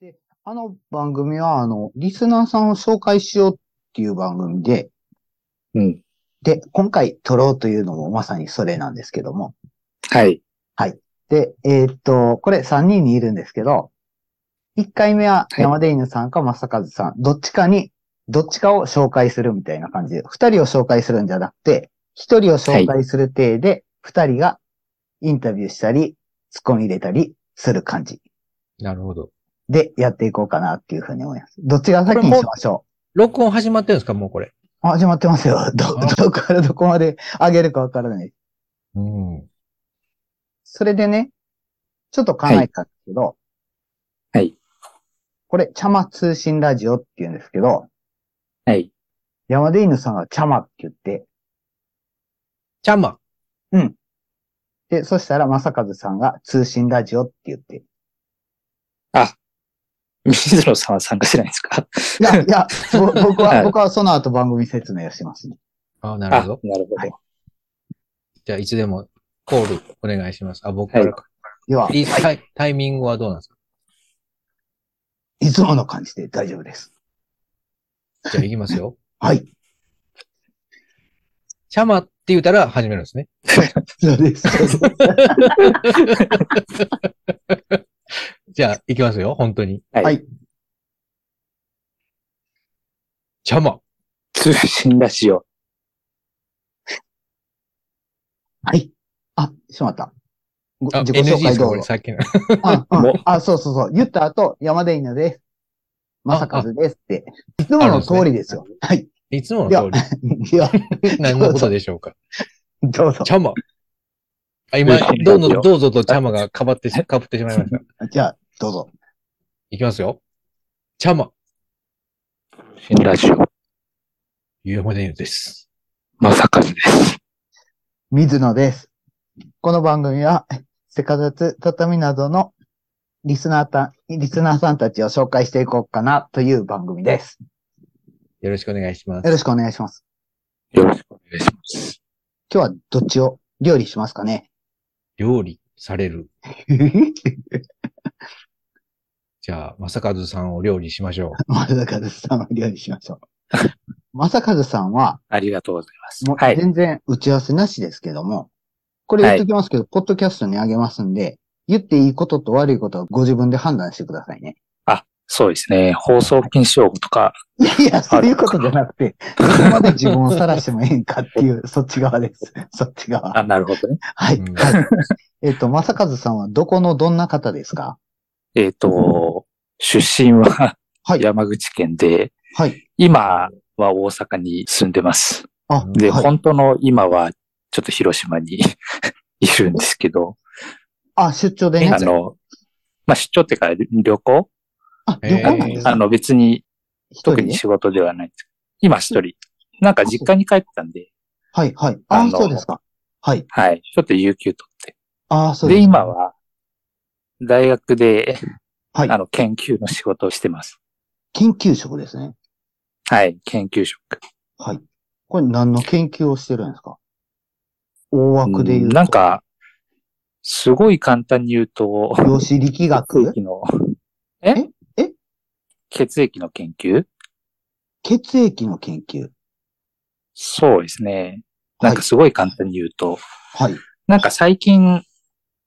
で、あの番組は、あの、リスナーさんを紹介しようっていう番組で、うん。で、今回撮ろうというのもまさにそれなんですけども。はい。で、えーっと、これ3人にいるんですけど、1回目ははい山出犬さんか正和さん、どっちかに、どっちかを紹介するみたいな感じで、2人を紹介するんじゃなくて、1人を紹介する体で、2人がインタビューしたり、ツッコミ入れたりする感じなるほど。でやっていこうかなっていうふうに思います。どっちが先これにもしましょう録音始まってるんですかもうこれ。あ始まってますよ。ど、あどこからどこまで上げるかわからない。うん。それでね、ちょっと考えたんですけど、はい。これ、チャマ通信ラジオって言うんですけど、はい。山出犬さんがチャマって言って、ちゃま。で、そしたら正和さんが通信ラジオって言って。水野さんは参加してないんですかいや、い や、ぼ僕はは、い僕はその後番組説明をしますね。あなあるほど。なるほはいど。じゃあ、いつでもコールお願いします。あ、僕からか。では、いいタイタイミングはどうなんですかいつもの感じで大丈夫です。じゃあ、行きますよ。 はい。ちゃまって言ったら始めるんですね。そう です。じゃあ、行きますよ。本当に。はいはいちゃま。通信ラジオ。はい。あ、しまった。ごあ、自己 NG 紹で介すかどこうれぞ。さっきの。あ、うもん、あ、そうそうそう。言った後、山田犬です。まさかずですって。いつもの通りですよ。はい。いつもの通では、 り。何のことでしょうか。どうぞち。ゃま。あ、今通信ラ、ジどオうぞ、どうぞとちゃまがかばってし、かぶってしまいました。じゃあ、どうぞ。いきますよ。ちゃま。通信ラジオ。ゆうまでゆうです。まさかずです。水野です。この番組は、せかざつ、畳などのリスナーた、リスナーさんたちを紹介していこうかなという番組です。よろしくお願いしますよ。ろしくお願いします。よろしくお願いします。今日はどっちを料理しますかね 料理される。じゃあ、まさかずさんを料理しましょう。まさかずさんは料理しましょう。まさかずさんは、ありがとうございます。もうはい。全然打ち合わせなしですけども、これ言っときますけど、ポッドキャストにあげますんで、言っていいことと悪いことはご自分で判断してくださいね。 そうですね。放送禁止用語とか、いやいや、そういうことじゃなくて、どこまで自分を晒してもええんかっていう、 そっち側です。そっち側。あ、なるほどね。はい。うんはい、えっと、まさかずさんはどこのどんな方ですかえっ、と、出身ははい山口県で、はい。今は大阪に住んでます。あ、で、はい、本当の今はちょっと広島に いるんですけど、あ、出張でね。あの、まあ、出張っていうか旅行あ、旅行なんですあかの別に一人特でに仕事ではないんです。今一人。なんか実家に帰ってたんで、はい、はい。ああ、のそうですか。はい。はい。ちょっと有給取って。あ、そうで、です。今は大学で、はいあ。の研究の仕事をしてます。研究職ですね。はい。研究職。はい。これ何の研究をしてるんですか大枠で言ううと。んなん、か、すごい簡単に言うと、量子力血学液の、えええ血液の研究血液の研究。そうですね。なはんいか。すごい簡単に言うと、はい。なんか最近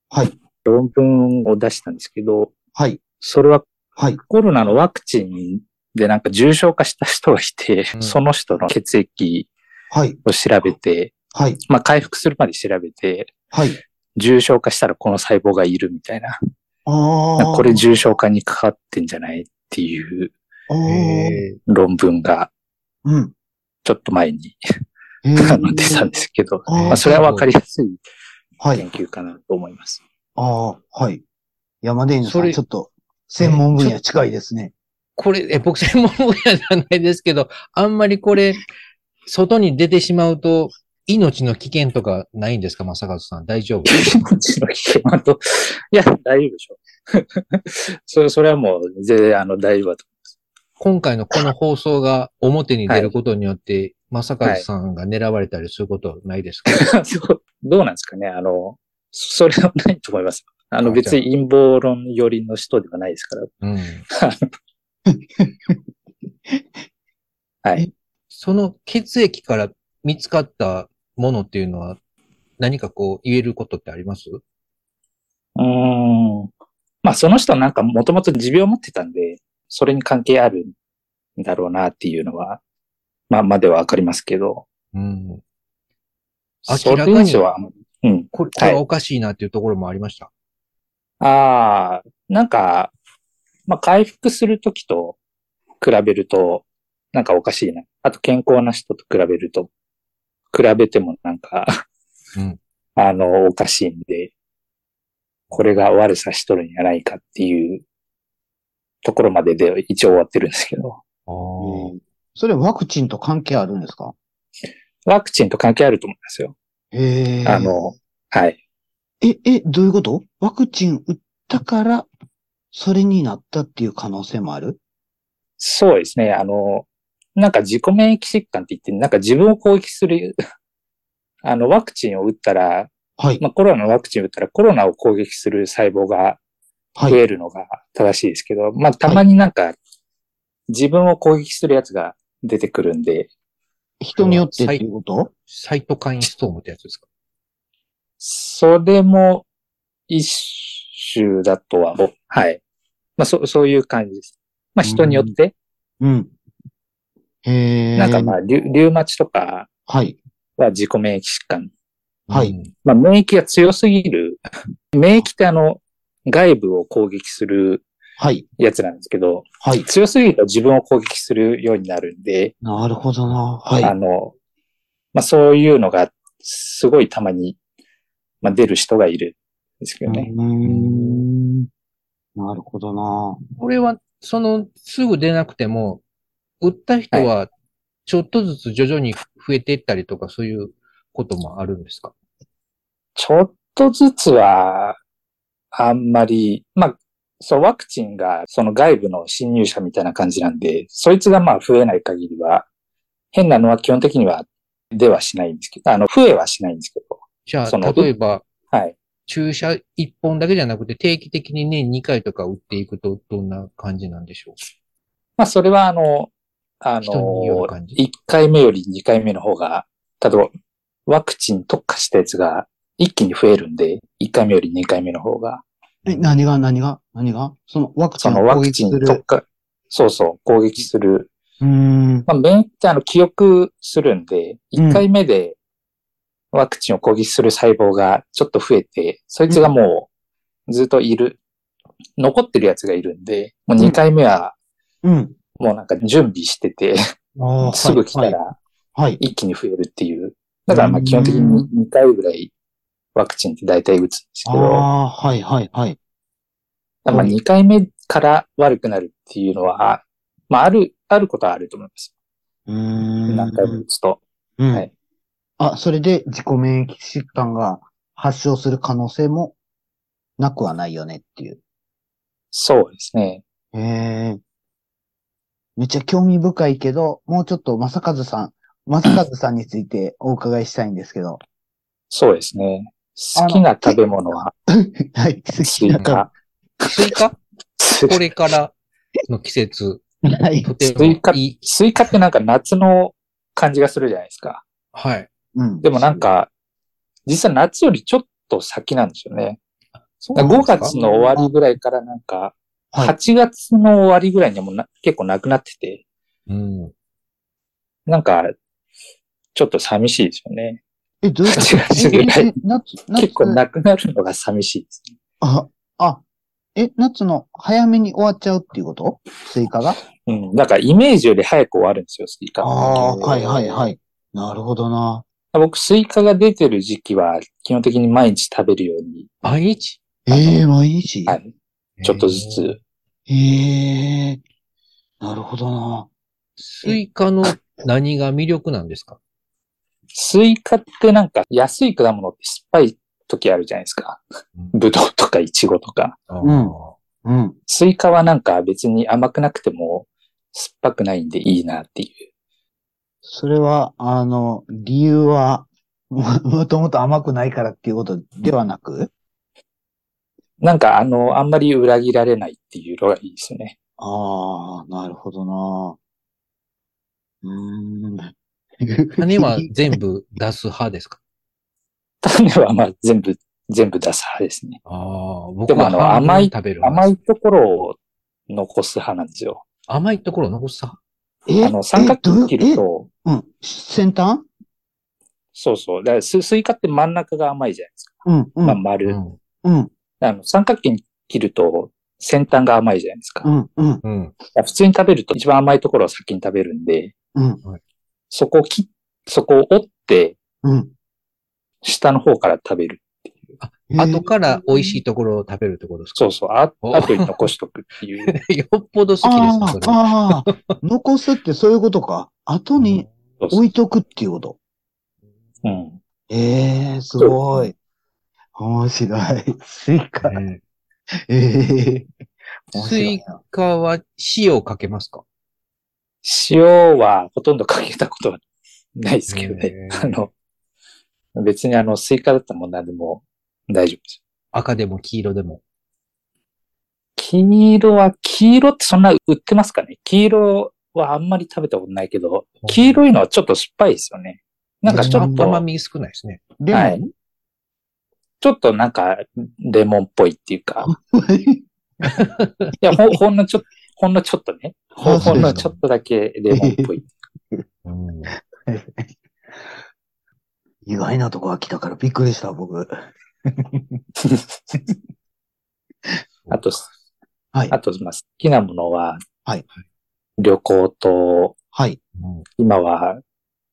はい。論文を出したんですけど、はい。それははい。コロナのワクチンでなんか重症化した人がいて、うんその人の血液はい。を調べて、はい。まあ回復するまで調べて、はい。重症化したらこの細胞がいるみたいな。あなんあ。かこれ重症化にかかってんじゃないっていうあーへー論文がうん。ちょっと前にへー あの出たんですけど、あーまあそれはわかりやすいはい研。究かなと思います。ああ、はい。山田犬さそん、れちょっと、専門分野近いですね。これ、え、僕専門分野じゃないですけど、あんまりこれ、外に出てしまうと、命の危険とかないんですかまさかずさん。大 丈夫命の危険はと、いや、大丈夫でしょう。 それ、それはもう全然あの大丈夫だと。今回のこの放送が表に出ることによって、まさかずさんが狙われ たりすることはないですか、そうどうなんですかねあの、それはないと思います。あのあ別に陰謀論寄りの人ではないですから。 うん。はいえ。その血液から見つかったものっていうのは、何かこう言えることってありますうーん。まあその人なんかもともと持病を持ってたんで、それに関係あるんだろうなっていうのは、まあまではわかりますけど。うん。そ明られか以に、上はあんまり、うん。これこれははいおかしいなっていうところもありました。ああ、なんか、まあ回復するときと比べると、なんかおかしいな。あと健康な人と比べると、比べてもなんか、うん あの、おかしいんで、これが悪さしとるんじゃないかっていうところまでで一応終わってるんですけど、あそれワクチンと関係あるんですかワクチンと関係あると思いますよ。へーあの、はい。え、え、どういうことワクチン打ったから、それになったっていう可能性もあるそうですね。あの、なんか自己免疫疾患って言って、なんか自分を攻撃する、 あの、ワクチンを打ったら、はい。まあ、コロナのワクチン打ったらコロナを攻撃する細胞がは増い。えるのが正しいですけど、まあ、たまになんか、自分を攻撃するやつが出てくるんで、人によってっていうことサイトカインストームってやつですかそれも一種だとは、おはい。まあ、そ、そういう感じです。まあ、人によって、うん。へえ。なんかまあ、リュリウマチとかはい。は自己免疫疾患。はいうんまあ、免疫が強すぎる。免疫ってあの、外部を攻撃するはい。やつなんですけど、はい。強すぎると自分を攻撃するようになるんで、なるほどな。はい。あの、まあ、そういうのが、すごいたまに、まあ、出る人がいるんですけどね。うーん。なるほどな。これは、その、すぐ出なくても、売った人は、ちょっとずつ徐々に増えていったりとか、そういうこともあるんですかちょっとずつは、あんまり、まあ、そう、ワクチンが、その外部の侵入者みたいな感じなんで、そいつがまあ増えない限りは、変なのは基本的には出はしないんですけど、あの、増えはしないんですけど、じゃそあ、の例えば、はい。注射1本だけじゃなくて、定期的に年2回とか打っていくと、どんな感じなんでしょうまあ、それはあの、あ人によるの、感じ1回目より2回目の方が、例えば、ワクチン特化したやつが一気に増えるんで、1回目より2回目の方が、え、何が何が何がそのワクチそンのをワ攻ク撃チンす特る。化、そうそう、攻撃する。うーん。まあ、免疫ってあの、記憶するんで、うん1回目でワクチンを攻撃する細胞がちょっと増えて、そいつがもうずっといる、残ってるやつがいるんで、もう2回目はうん。もうなんか準備してて、あすぐ来たはいら、はい。一気に増えるっていう。だからまうあん基本的に2回ぐらいワクチンって大体打つんですけあど、あー、はい、はい、はい。まあ2回目から悪くなるっていうのは、あまあある、あることはあると思います。うーん。何回も打つと。うん。はいあ、それで自己免疫疾患が発症する可能性もなくはないよねっていう。そうですね。へえ。めっちゃ興味深いけど、もうちょっと正和さん、正和さんについてお伺いしたいんですけど。そうですね。好きな食べ物は はい、好スきイなカ。スイカスこれからの季節、はい。とてもいい。スイカってなんか夏の感じがするじゃないですか。はい。うん。でもなんか、実は夏よりちょっと先なんですよね。そだから5月の終わり。りぐらいからなんか、はい8月の終わりぐらいにはもうな結構なくなってて、うん。なんか、ちょっと寂しいですよね。え、どういうこと8月ぐらいええ夏、夏結構なくなるのが寂しいですね。あ、あ、え、夏の早めに終わっちゃうっていうことスイカがうん。なんかイメージより早く終わるんですよ、スイカ。ああー、はいはいはい。なるほどな。僕、スイカが出てる時期は、基本的に毎日食べるように、毎日ええ毎日はい。ちょっとずつ。ええなるほどな。スイカの何が魅力なんですかスイカってなんか、安い果物って酸っぱい時あるじゃないですか。ぶどうとかイチゴとか。あうんーうん。スイカはなんか別に甘くなくても酸っぱくないんでいいなっていう。それは、あの、理由は、ももともと甘くないからっていうことではなくなんかあの、あんまり裏切られないっていうのがいいですよね。ああ、なるほどな。うーん。種は全部出す派ですか種はまあ全部、全部出す派ですね。ああ、僕でもはあの半分甘い食べる派甘いところを残す派なんですよ。甘いところを残す派。 えあの、三角形切る。えどうと、えうん。先端そうそう。だからススイカって真ん中が甘いじゃないですか。うん、うまあん、丸。うんうん、あの三角形に切ると先端が甘いじゃないですか。うだかん、うん、うん。ら普通に食べると一番甘いところを先に食べるんで、うん、そこを切っ、そこを折って、うん。下の方から食べる。後から美味しいところを食べるってことですかそうそう。あお後に残しとくっ ていう。う。よっぽど好きですね、あそれあ、は。ああ、 残すってそういうことか。後にそうそう置いとくっていうこと。うん。ええすごい。面白い。スイカ。ねええ面ス白イいなカは塩をかけますか塩はほとんどかけたことはないですけどねへ。ーあの、別にあの、スイカだったらもう何でも大丈夫です。赤でも黄色でも。黄色は、黄色ってそんな売ってますかね黄色はあんまり食べたことないけど、黄色いのはちょっと酸っぱいですよね。なんかちょっうん甘と、み少ないですね。でも、はいちょっとなんか、レモンっぽいっていうか、 いや、ほん、ほんのちょっと、ほんのちょっとね。ほんあそほうんですかのちょっとだけレモンっ ぽい。うん意外なとこが来たからびっくりした、僕。あと、はいあ。と、まあ、好きなものは、はい。旅行と、はい。うん今は、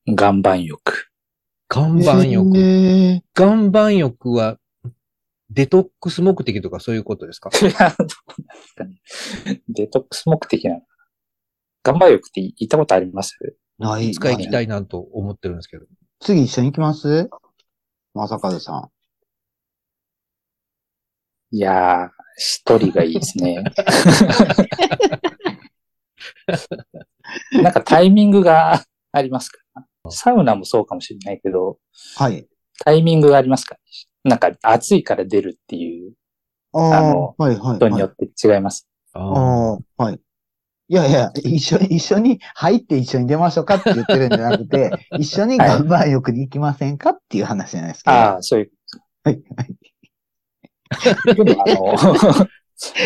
岩盤浴。 岩盤え浴。え岩盤浴は、デトックス目的とかそういうことですかいやどうなんですかねデトックス目的なのかな岩盤浴って行ったことありますない。いつか行きないたいなと思ってるんですけど。次一緒に行きますまさかずさん。いやー、一人がいいですね。 なんかタイミングがありますから。サウナもそうかもしれないけど、はい。タイミングがありますから、なんか暑いから出るっていうあああの、はいはい、人はい。によって違います。あああ、はい。いやいや、一緒に、一緒に入って一緒に出ましょうかって言ってるんじゃなくて、一緒に岩盤浴に行きませんかっていう話じゃないですか。ああ、そういう。はいでもあ の、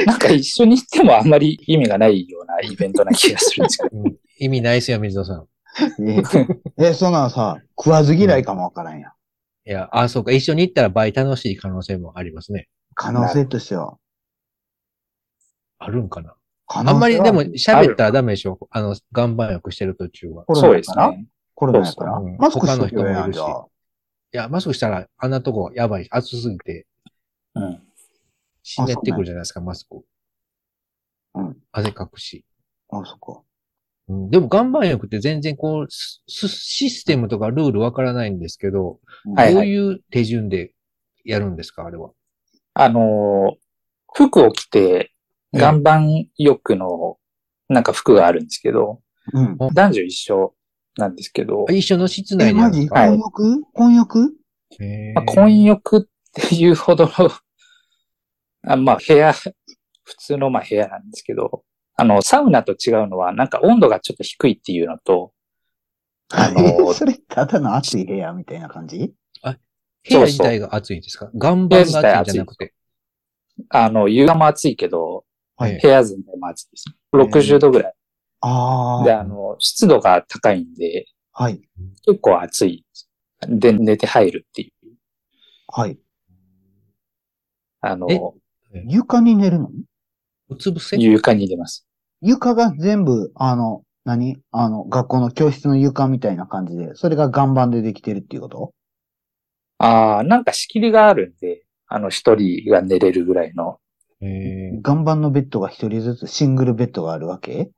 なんか一緒に行ってもあんまり意味がないようなイベントな気がするんですけど。ーうん意味ないですよ、水田さん。ええ、そんなんさ、食わず嫌いかもわからんやん。いや、あ、そうか。一緒に行ったら倍楽しい可能性もありますね。可能性としては。あるんかな。可あ能んま性りはでも、喋ったらダメでしょ。あの、岩盤浴してる途中 は。コロナそうやですから、ね。コロナやからそうそううん。マスクしとけよやんじゃ他の人あ。いや、マスクしたら、あんなとこやばい。暑すぎて、うん。湿ってくるじゃないですか、マスク。うん。汗かくし。あ、そっか。うん、でも、岩盤浴って全然こう、すすシステムとかルールわからないんですけど、はいどはうい。いう手順でやるんですか、あれは。あの、服を着て、ええ岩盤浴の、なんか服があるんですけど、うん。男女一緒なんですけどあ、一緒の室え、内でやマるんでジすかはい婚浴婚浴へまーあ、混浴っていうほどの あ、まあ、部屋、普通のまあ部屋なんですけど、あの、サウナと違うのは、なんか温度がちょっと低いっていうのと、あ のそれ、ただの暑い部屋みたいな感じ部屋自体が暑いんですか岩盤が暑いんじゃなくて。あの、湯がも暑いけど、はえい。部屋全体も暑いです。60度ぐらい。あで、あ。あの、湿度が高いんで、はい。結構暑いです。で、寝て入るっていう。はい。あの、え床に寝るのうつ伏せ床に入れます。床が全部、あの、何あの、学校の教室の床みたいな感じで、それが岩盤でできてるっていうことああ、なんか仕切りがあるんで、あの、一人が寝れるぐらいの。へー岩盤のベッドが一人ずつシングルベッドがあるわけっ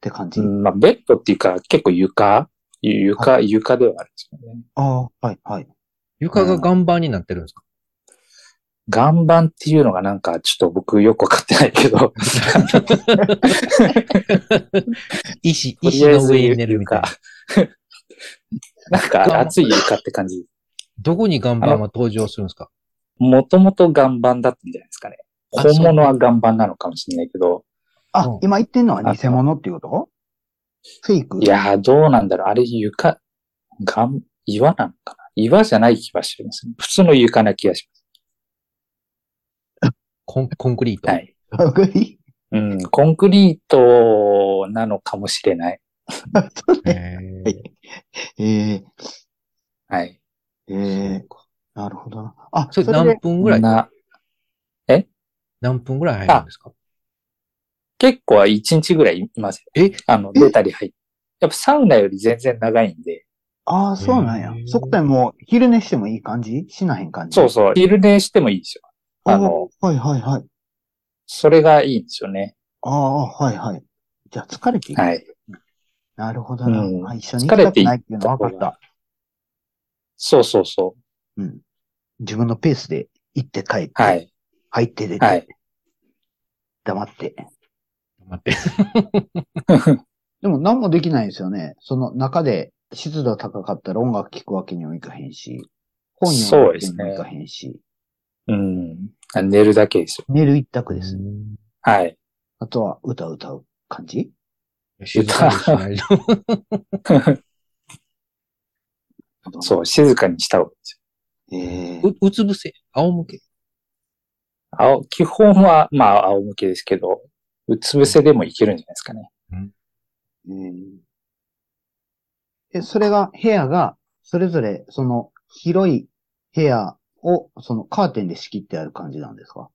て感じ、うんまあ、ベッドっていうか、結構床床、床ではあるんですよね。ああ、はい、はい。床が岩盤になってるんですか岩盤っていうのがなんか、ちょっと僕よくわかってないけ ど、石、と石りあえのず上に寝るみたいな床。。なんか、熱い床って感じ。どこに岩盤は登場するんですかもともと岩盤だったんじゃないですかね。あ本物は岩盤なのかもしれないけど、あ、うん今言ってんのは偽物っていうことフェイク いやー、どうなんだろう。あれ床、岩、岩なのかな岩じゃない気がしますね。普通の床な気がしコンコンクリート。ます。はい。わかりうん、コンクリートなのかもしれない。へーえー、はい。えー、なるほどな。あ、そそれれで何分ぐらい、な何分ぐらい入るんですか結構は1日ぐらいいますよ。えあの、出たり入っやっぱサウナより全然長いんで、ああ、そうなんやへ。ーそこでもう、昼寝してもいい感じしなへん感じそうそう、昼寝してもいいですよ。ああのの、はいはいはい。それがいいんですよね。ああ、はいはい。じゃあ疲れていく。はい。なるほどな、うんあ一緒に行きたくないっていうのは疲れ分かっていった方がた。そうそうそうん。自分のペースで行って帰って、う。はい。入って出て、はい。 黙って。待って。でも何もできないですよね。その中で湿度高かったら音楽聴くわけにもいかへんし、本読むわけにもいかへんし、うん。寝るだけですよ。寝る一択です。はい。 あとは歌歌う感じ静かにしないとそう、静かにした方がいいですよ。う。えー う、うつ伏せ、仰向け。青、基本は、まあ、仰向けですけど、うつ伏せでもいけるんじゃないですかね。えーえ、それが、部屋が、それぞれ、その、広い部屋を、その、カーテンで仕切ってある感じなんですか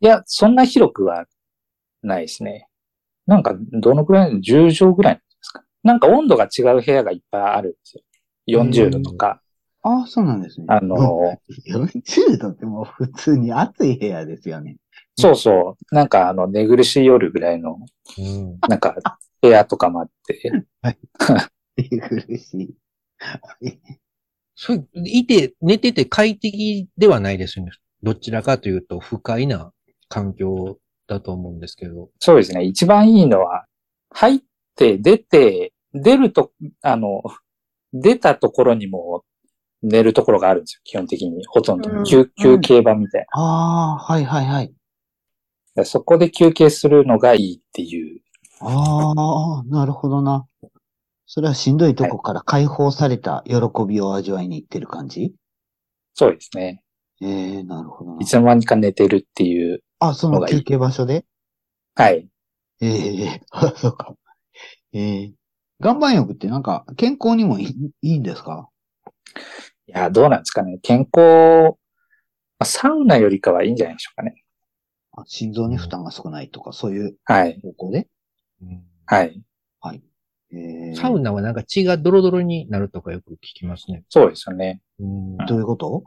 いや、そんな広くはないですね。なんか、どのくらい、10畳ぐらいなんですか。なんか温度が違う部屋がいっぱいあるんですよ。40度とか、ああ、そうなんですね。あのー、うん、40度ってもう普通に暑い部屋ですよね。そうそう、なんかあの、寝苦しい夜ぐらいの、うん。なんか、部屋とかもあって、寝苦しい。それ、いて、寝てて快適ではないですよね。どちらかというと不快な環境だと思うんですけど。そうですね。一番いいのは、入って、出て、出ると、あの、出たところにも寝るところがあるんですよ。基本的に。ほとんど。うん休休憩場みたいな。ああ、はいはいはい。だからそこで休憩するのがいいっていう。ああ、なるほどな。それはしんどいとこから解放された喜びを味わいに行ってる感じそうですね。。ええー、なるほどないつの間にか寝てるっていう。あ、その休憩場所ではい。ええ あ、そうか。ええ岩盤浴ってなんか健康にもいいいいんですかいや、どうなんですかね。健康、まあサウナよりかはいいんじゃないでしょうかね。あ心臓に負担が少ないとか、そういうはい。方向で。はい。ええサウナはなんか血がドロドロになるとかよく聞きますね。そうですよね。うんどういうこと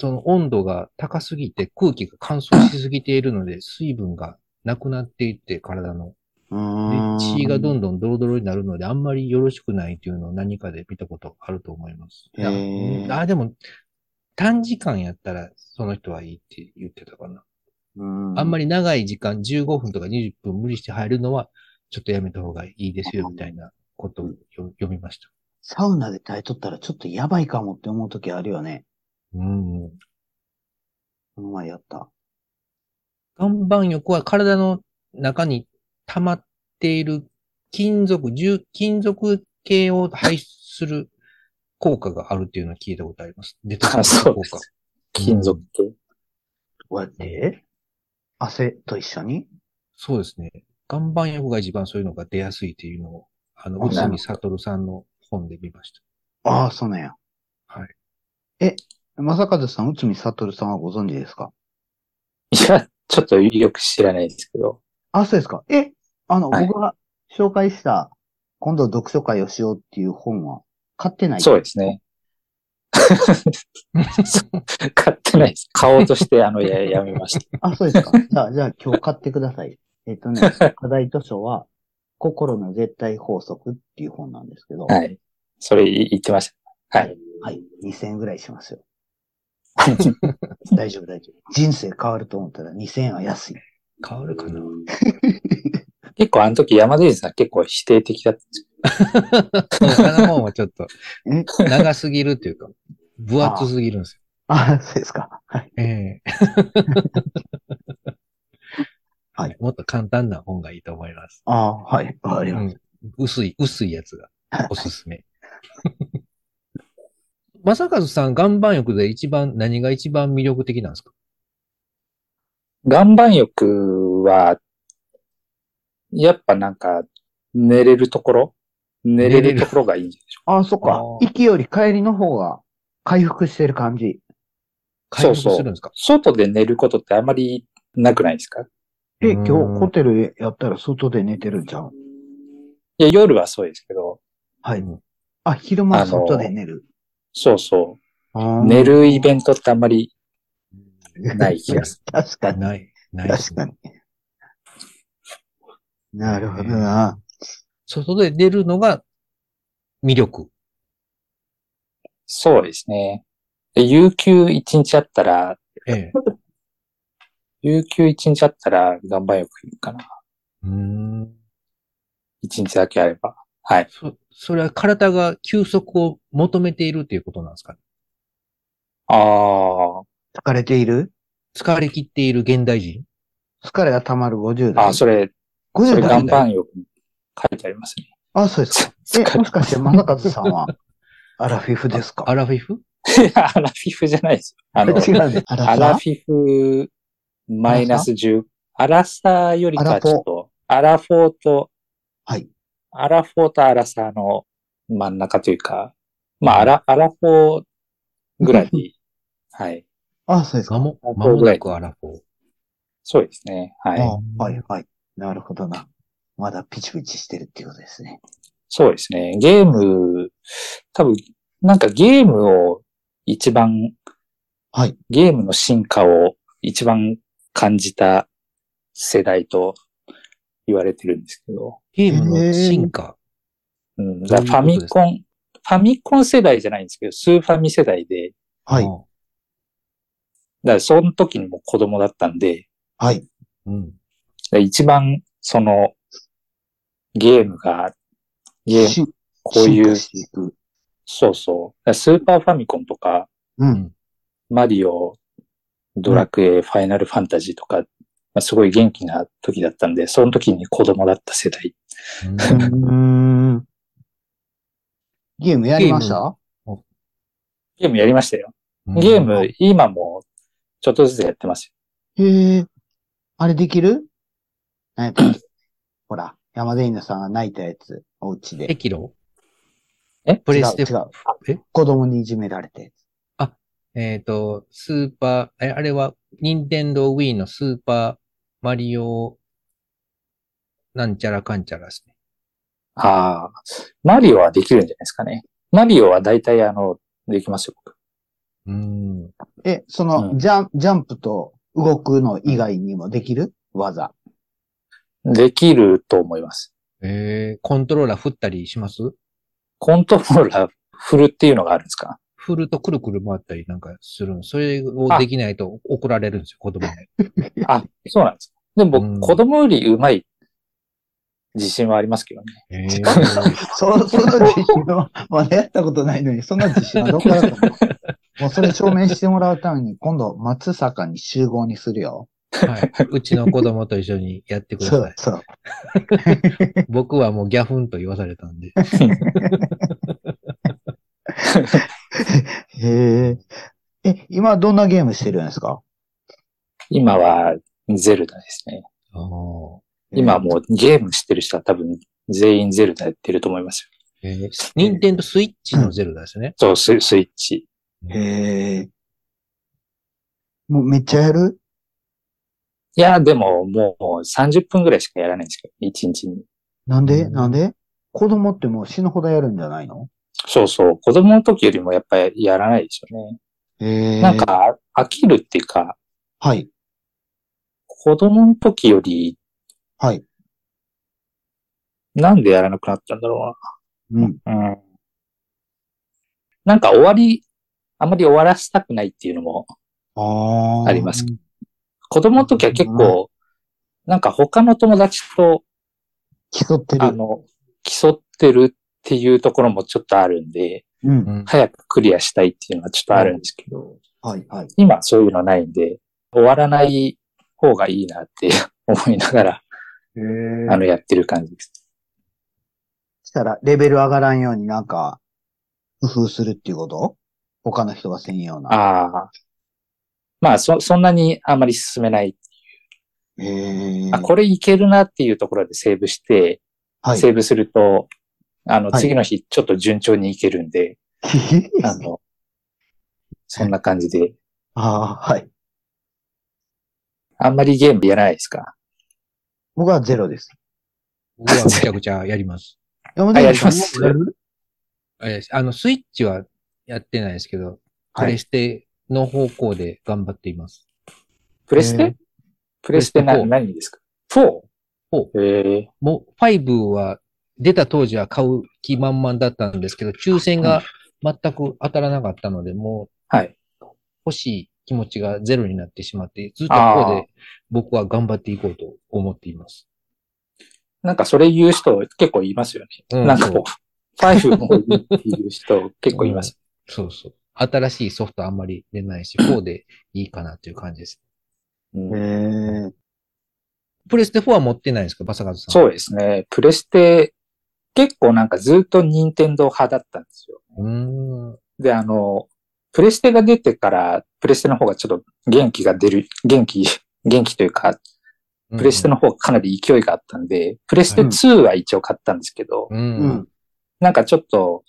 その温度が高すぎて空気が乾燥しすぎているので、水分がなくなっていって体の。うでーん。血がどんどんドロドロになるので、あんまりよろしくないっていうのを何かで見たことあると思います。へーだあ、でも、短時間やったらその人はいいって言ってたかな。あんまり。り長い時間、15分とか20分無理して入るのは、ちょっとやめた方がいいですよ、みたいなことをよ読みました。サウナで耐えとったらちょっとやばいかもって思う時あるよね。うん。この前やった。岩盤浴は体の中に溜まっている金属、重金属系を排出する効果があるっていうのを聞いたことあり ます。デトックスそう効で果。す。金属系。どうやって汗と一緒にそうですね。岩盤浴が一番そういうのが出やすいっていうのを、あの、あ内海悟さんの本で見 ました。ああ、そうなんや。はい。え、まさかずさん、内海悟さんはご存知ですかいや、ちょっとよく知らないですけど。あ、そうですか。え、あの、はい僕が紹介した、今度読書会をしようっていう本は、買ってない。そうですね。買ってないです。買おうとして、あの、や、やめました。あ、そう ですか。じゃあ、じゃあ今日買ってください。えっ、とね、課題図書は、心の絶対法則っていう本なんですけど、 は。い。それい言ってましはい。2000円ぐらいしますよ。た。 大丈夫、大丈夫。人生変わると思ったら2000円は安い。 変わるかな結構あの時山田さん結構否定的だったんですよ。他の本はちょっとえ、長すぎるというか、分厚すぎるんですよ。あ、そうですか。はい。ええ はい。もっと簡単な本がいいと思います。あーはい。わかりまし薄い、薄いやつがた。おすすめ。 まさかずさん、岩盤浴で一番、何が一番魅力的なんですか岩盤浴は、やっぱなんか、寝れるところ寝れ寝れるるところがいいんじゃないでしょあーそっかあ。ー行きより帰りの方が回復してる感じ。回復するんですかうか。外で寝ることってあまりなくないですかえ、う今ん日ホテルやったら外で寝てるんじゃん。いや、夜はそうですけど、はいうん。あ、昼間は外で寝る。そうそあう。ー寝るイベントってあんまりない気がす確かに。ない、ないです確ね。かに。なるほどな。外で出るのが魅力。そうですね。で有給一日あったら、ええ。有給一日あったら岩盤浴行くかな。うーん。一日だけあれば。はい。そ、それは体が休息を求めているということなんですかねああ、疲れている疲れ切っている現代人疲れが溜まる50代。あそれ、そ50れ岩代。盤浴に書いてありますね。あ、 そうですか。え、もしかして、まさかずさんは、アラフィフですかアラフィフいや、アラフィフじゃないですよ。ああれの、 違うね。アラアサラーフィフマイナス10。アラサーよりアかラフォーちょっと、アラフォーと、はい。アラフォーとアラサーの真ん中というか、まあ、アラ、アラフォーぐらいでいい。はい。あ、そうです間か。も、間もなくアラフォー。そうですね。はい。あはい、はい。なるほどな。まだピチピチしてるっていうことですね。そうですね。ゲーム、多分、なんかゲームを一番、はい。ゲームの進化を一番感じた世代と言われてるんですけど、ゲームの進化。うん、だからファどういうことミですコン、ファミコン世代じゃないんですけど、スーファミ世代で、はい、だからその時にも子供だったんで、はい。うだん。から一番その、ゲームが、ゲーム、しこうい進う化、していく。そうそう、だからスーパーファミコンとか、うん。マリオ、ドラクエ、ファイナルファンタジーとか、まあ、すごい元気な時だったんで、その時に子供だった世代。うーん。ゲームやりましゲたゲームやりましたよ。うんゲーム、今も、ちょっとずつやってますよ。へえ。あれできる何やった っけほら、山田犬さんが泣いたやつ、お家え、で。キロえプレステ違う違うえ子供にいじめられて。えっ、と、スーパー、え、あれは、ニンテンドー Wii のスーパーマリオ、なんちゃらかんちゃらですね。ああ、マリオはできるんじゃないですかね。マリオは大体あの、できますよ、僕。うん。え、そうの、んジャン、ジャンプと動くの以外にもできる技。できると思います。えー、コントローラー振ったりしますコントローラー振るっていうのがあるんですか振るとくるくる回ったりなんかするの。それをできないと怒られるんですよ、子供に。あ、そうなんです。でも僕、うん子供より上手い自信はありますけどね。えー、 そ、その自信は、まだやったことないのに、そんな自信はどこだったの もうそれ証明してもらうために、今度、松坂に集合にするよ。はい。うちの子供と一緒にやってくだそさうい、。そう。僕はもうギャフンと言わされたんで。へえ。え、今どんなゲームしてるんですか今は、ゼルダですね。あー今もうゲームしてる人は多分全員ゼルダやってると思いますえー、ニンテンドスイッチのゼルダですね。よ。そう、ススイッチ。へえ。もうめっちゃやるいや、でももう30分ぐらいしかやらないんですけど、1日に。なんでうんなんで子供ってもう死ぬほどやるんじゃないのそうそう、子供の時よりもやっぱりやらないですよね。へえ。なん。か飽きるっていうか、はい。子供の時よりはい。なんでやらなくなったんだろうん。うな。うん。なんか終わり、あまり終わらせたくないっていうのも、ああ。あります。子供の時は結構、なんか他の友達と、競ってある。の、競ってるっていうところもちょっとあるんで、うん。ん早くクリアしたいっていうのはちょっとあるんですけど、はい、はい。今そういうのないんで、終わらない方がいいなって 思いながら、へあえ。の、やってる感じです。したら、レベル上がらんようになんか、工夫するっていうこと他の人がせんような。ああ。まあ、そ、そんなにあんまり進めない。へえ。あ、これいけるなっていうところでセーブして、はい。セーブすると、あの、はい次の日ちょっと順調にいけるんで、あの、そんな感じで。 ああ、はい。あんまりゲームやらないですか僕はゼロです。僕はぐちゃぐちゃやります。山あ、や田りさまんす。やるあれですあの、スイッチはやってないですけど、はいプレステの方向で頑張っています。プレスえテープレステプなレステ4何ですか ?4? 4ええもう、5は出た当時は買う気満々だったんですけど、抽選が全く当たらなかったので、もはい。う欲しい気持ちがゼロになってしまって、ずっとここあーで僕は頑張っていこうと思っています。なんかそれ言う人結構いますようね。なんかそうこう、5もいいっていう人結構います。そうそう。新しいソフトあんまり出ないし、4でいいかなっていう感じです。うんへえ。プレステ4は持ってないですかバサカズさん。そうですね。プレステ結構なんかずっと任天堂派だったんですよ。うーん。で、あの、プレステが出てから、プレステの方がちょっと元気が出る、元気、元気というか、プレステの方がかなり勢いがあったんで、プレステ2は一応買ったんですけど、うん。う。うんん。なんかちょっと、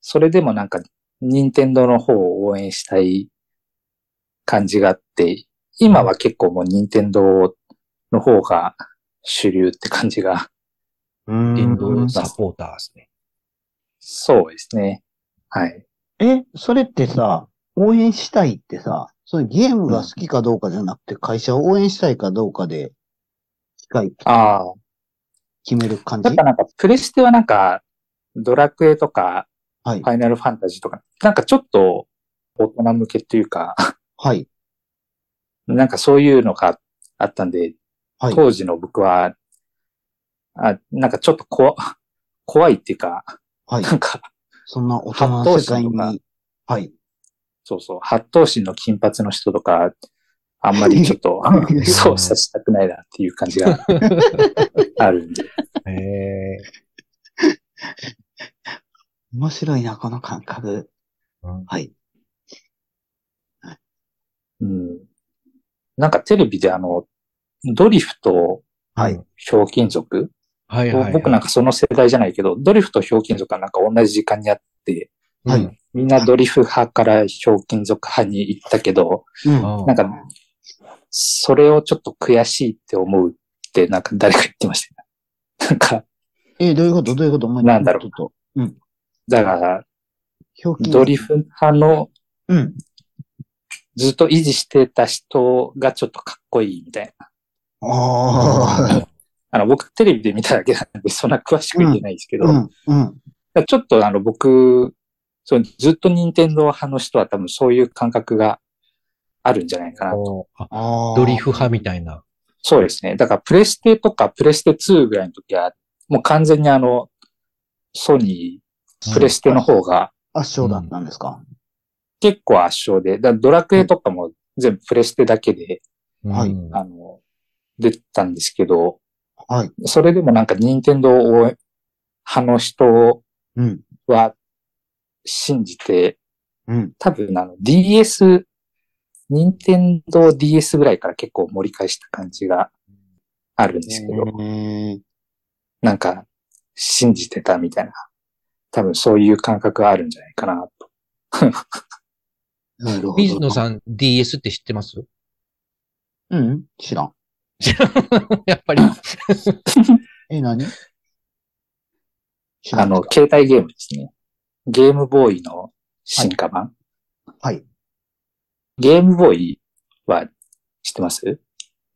それでもなんか、任天堂の方を応援したい感じがあって、今は結構もう任天堂の方が主流って感じが、うん電動サポーターですね。そうですね。はい。え、それってさ、応援したいってさ、そのゲームが好きかどうかじゃなくて、会社を応援したいかどうかで、機械ああ。決める感じやっぱなんか、プレステはなんか、ドラクエとか、はいフ。ァイナルファンタジーとか、なんかちょっと大人向けっていうか、 はい。なんかそういうのがあったんで、はい当時の僕は、あ、なんかちょっと怖、 怖いっていうか、 はい。なんか、そんな大人の世界に。はい。そうそう、八頭身の金髪の人とか、あんまりちょ っと操作したくないなっていう感じがあるんで。へえ。面白いな、この感覚。うんはい。うん。なんかテレビであの、ドリフとはい。ひょうきん族、はいはいはい。僕なんかその世代じゃないけど、ドリフとひょうきん族はなんか同じ時間にあって、うん、はいみんなドリフ派からひょうきん族派に行ったけど、うん。ななんか、それをちょっと悔しいって思うって、なんか誰か言ってましたね。なんか、え、どういうことどういうこともうなんだろうちょっと、だから、表記。ドリフ派のうん。ずっと維持してた人がちょっとかっこいいみたいな。ああの、僕テレビで見ただけなんで、そんな詳しく言えないですけあ。ど、うだかん。うん。らちょっとあの、僕、そうずっと任天堂派の人は多分そういう感覚があるんじゃないかなと。こうあああ。ドリフ派みたいな。そうですね。だからプレステとかプレステ2ぐらいの時は、もう完全にあの、ソニー、プレステの方が圧勝だったんですか、結構圧勝で、だからドラクエとかも全部プレステだけで、うんはいうんあの、出たんですけど、はい。それでもなんか任天堂を派の人うん。は信じて、うん。多分あの DS、任天堂 DS ぐらいから結構盛り返した感じがあるんですけど、へーなんか信じてたみたいな、多分そういう感覚があるんじゃないかなと。なるほど。水野さん DS って知ってます うん。知らん。やっぱり。え、何知らあんですのか、携帯ゲームですね。ゲームボーイの進化版。はい。ゲームボーイは知ってます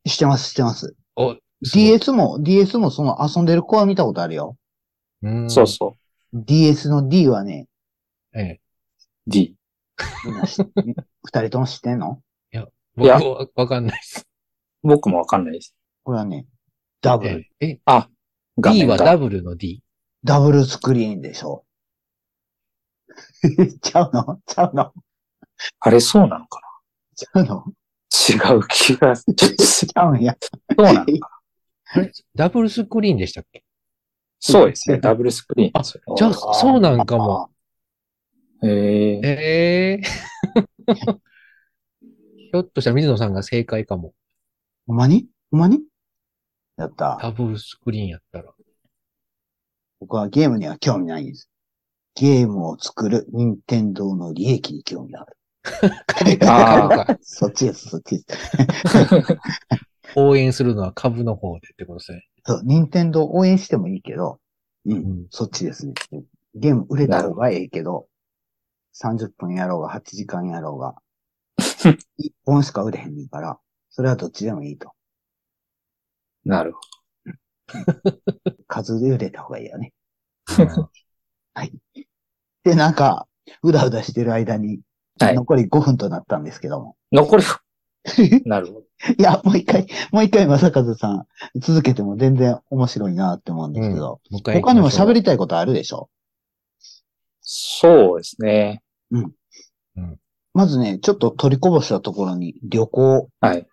知ってます、知ってます。お DS も、DS もその遊んでる子は見たことあるよ。う んそうそ DS の D はね、ええう。D。みんな知って 二人とも知ってんの僕いやはわかんないです。僕もわかんないです。これはね、ダブル、ええ、あ、画 D 面はが。ダブルの D。ダ ブルスクリーンでしょ。ちゃうのちゃうのあれそうなのか違うのな違う気がする。そ違うんや。うなのかなあれダブルスクリーンでしたっけそうですね。ダブルスクリーンあですよ。じゃあ、そうなんかも。え ー、ええ ひょっとしたら水野さんが正解かも。ほんまにほんまにやった。ダブルスクリーンやったら。僕はゲームには興味ないんです。ゲームを作る任天堂の利益に興味がある。あー株かそっちです、そっちです。応援するのは株の方でってことですね。そう、任天堂応援してもいいけど、うん うんそっちですね。ゲーム売れた方がええけど、30分やろうが8時間やろうが、1本しか売れへんねんから、それはどっちでもいいと。なるほ数で売れた方がいいよね。うんで、なんか、うだうだしてる間に、ど。はい。残り5分となったんですけども。 残り、なるほど。いや、もう一回、もう一回、正和さん、続けても全然面白いなって思うんですけど、もう一回他にも喋り、りたいことあるでしょそうですね。まずね、ちょっと取りこぼしたところに、旅行、はい。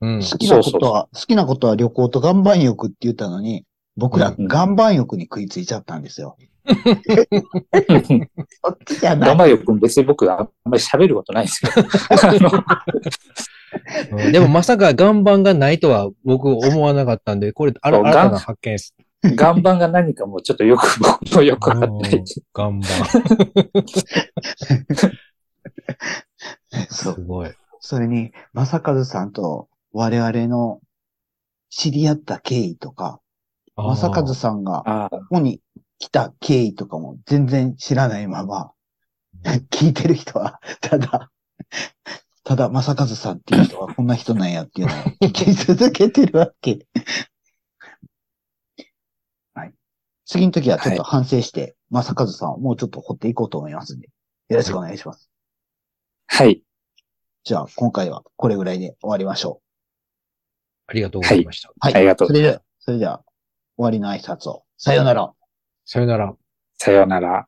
うん、好きなことは、好きなことは旅行と岩盤浴って言ったのに、僕らうん岩盤浴に食いついちゃったんです よ。そっちじゃない。頑張よくん別に僕あんまり喋ることないですけど。あうんでもまさか岩盤がないとは僕思わなかったんで、これ、あらそう新たな発見です。の岩盤が何かもちょっとよく僕もよく わかんない。岩 盤。そすう。ごい。それに、正和さんと我々の知り合った経緯とか、正和さんがああ、ここに来た経緯とかも全然知らないま ま、聞いてる人は、ただ、ただ、正和さんっていう人はこんな人なんやっていうのを聞き続けてるわけ。はい。次の時はちょっと反省して、正和さんをもうちょっと掘っていこうと思いますんで、よろしくお願いします。はい。じゃあ、今回はこれぐらいで終わりましょありがとうございました。う。はありい。がとうそ。れでは、それでは、終わりの挨拶を。さようなら。さよなら。さようなら。